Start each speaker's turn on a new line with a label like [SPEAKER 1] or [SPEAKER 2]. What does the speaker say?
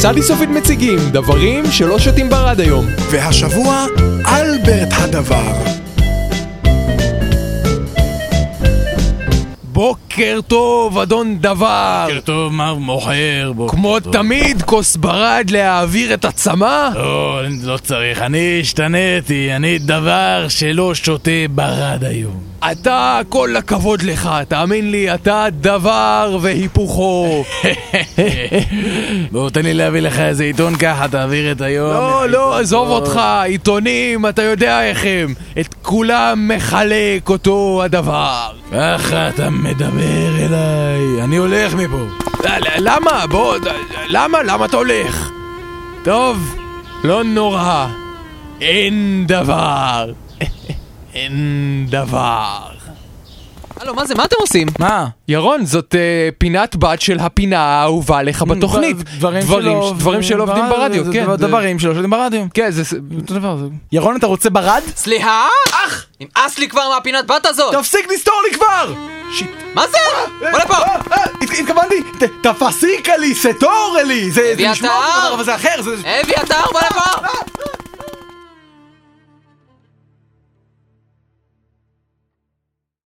[SPEAKER 1] סעדי סופית מציגים דברים שלא שותים בר עד היום.
[SPEAKER 2] והשבוע, אלברט הדבר.
[SPEAKER 1] בוקר טוב, אדון דבר.
[SPEAKER 3] בוקר טוב, מר מוכר, בוקר
[SPEAKER 1] כמו
[SPEAKER 3] טוב.
[SPEAKER 1] תמיד, כוס ברד להעביר את הצמא?
[SPEAKER 3] לא, אני לא צריך, אני השתניתי, אני דבר שלא שותה ברד היום.
[SPEAKER 1] אתה, כל הכבוד לך, תאמין לי, אתה דבר והיפוכו.
[SPEAKER 3] בוא, תן לי להביא לך איזה עיתון ככה, תעביר את היום.
[SPEAKER 1] לא, לא, עזוב אותך, עיתונים, אתה יודע איך הם. את כולם מחלק אותו הדבר.
[SPEAKER 3] ככה אתה מדבר אליי, אני הולך מפה.
[SPEAKER 1] ל- למה? בוא, למה? למה אתה הולך? טוב, לא נורא. אין דבר. אין דבר.
[SPEAKER 4] הלו, מה זה? מה אתם עושים?
[SPEAKER 3] מה?
[SPEAKER 1] ירון, זאת אה, פינת בת של הפינה האהובה לך בתוכנית.
[SPEAKER 3] שלא-
[SPEAKER 1] דברים שלא עובדים ברדיו,
[SPEAKER 3] זה-
[SPEAKER 1] כן.
[SPEAKER 3] זה-
[SPEAKER 1] זה-
[SPEAKER 3] דברים שלא עובדים ברדיו.
[SPEAKER 1] כן, זה... ס-
[SPEAKER 3] אותו דבר, זה... ירון, אתה רוצה ברד?
[SPEAKER 4] סליחה? אח! נמאס לי כבר מהפינת בת הזאת!
[SPEAKER 3] תפסיק לסתור לי כבר!
[SPEAKER 2] שיט.
[SPEAKER 4] מה זה? בוא לפה!
[SPEAKER 2] אה, הת- התכוונתי, ת- תפסיקה לי, סטורלי! זה זה נשמע אותו
[SPEAKER 4] אביתר!
[SPEAKER 2] דבר, אבל זה אחר, זה...
[SPEAKER 4] אביתר, בוא לפה!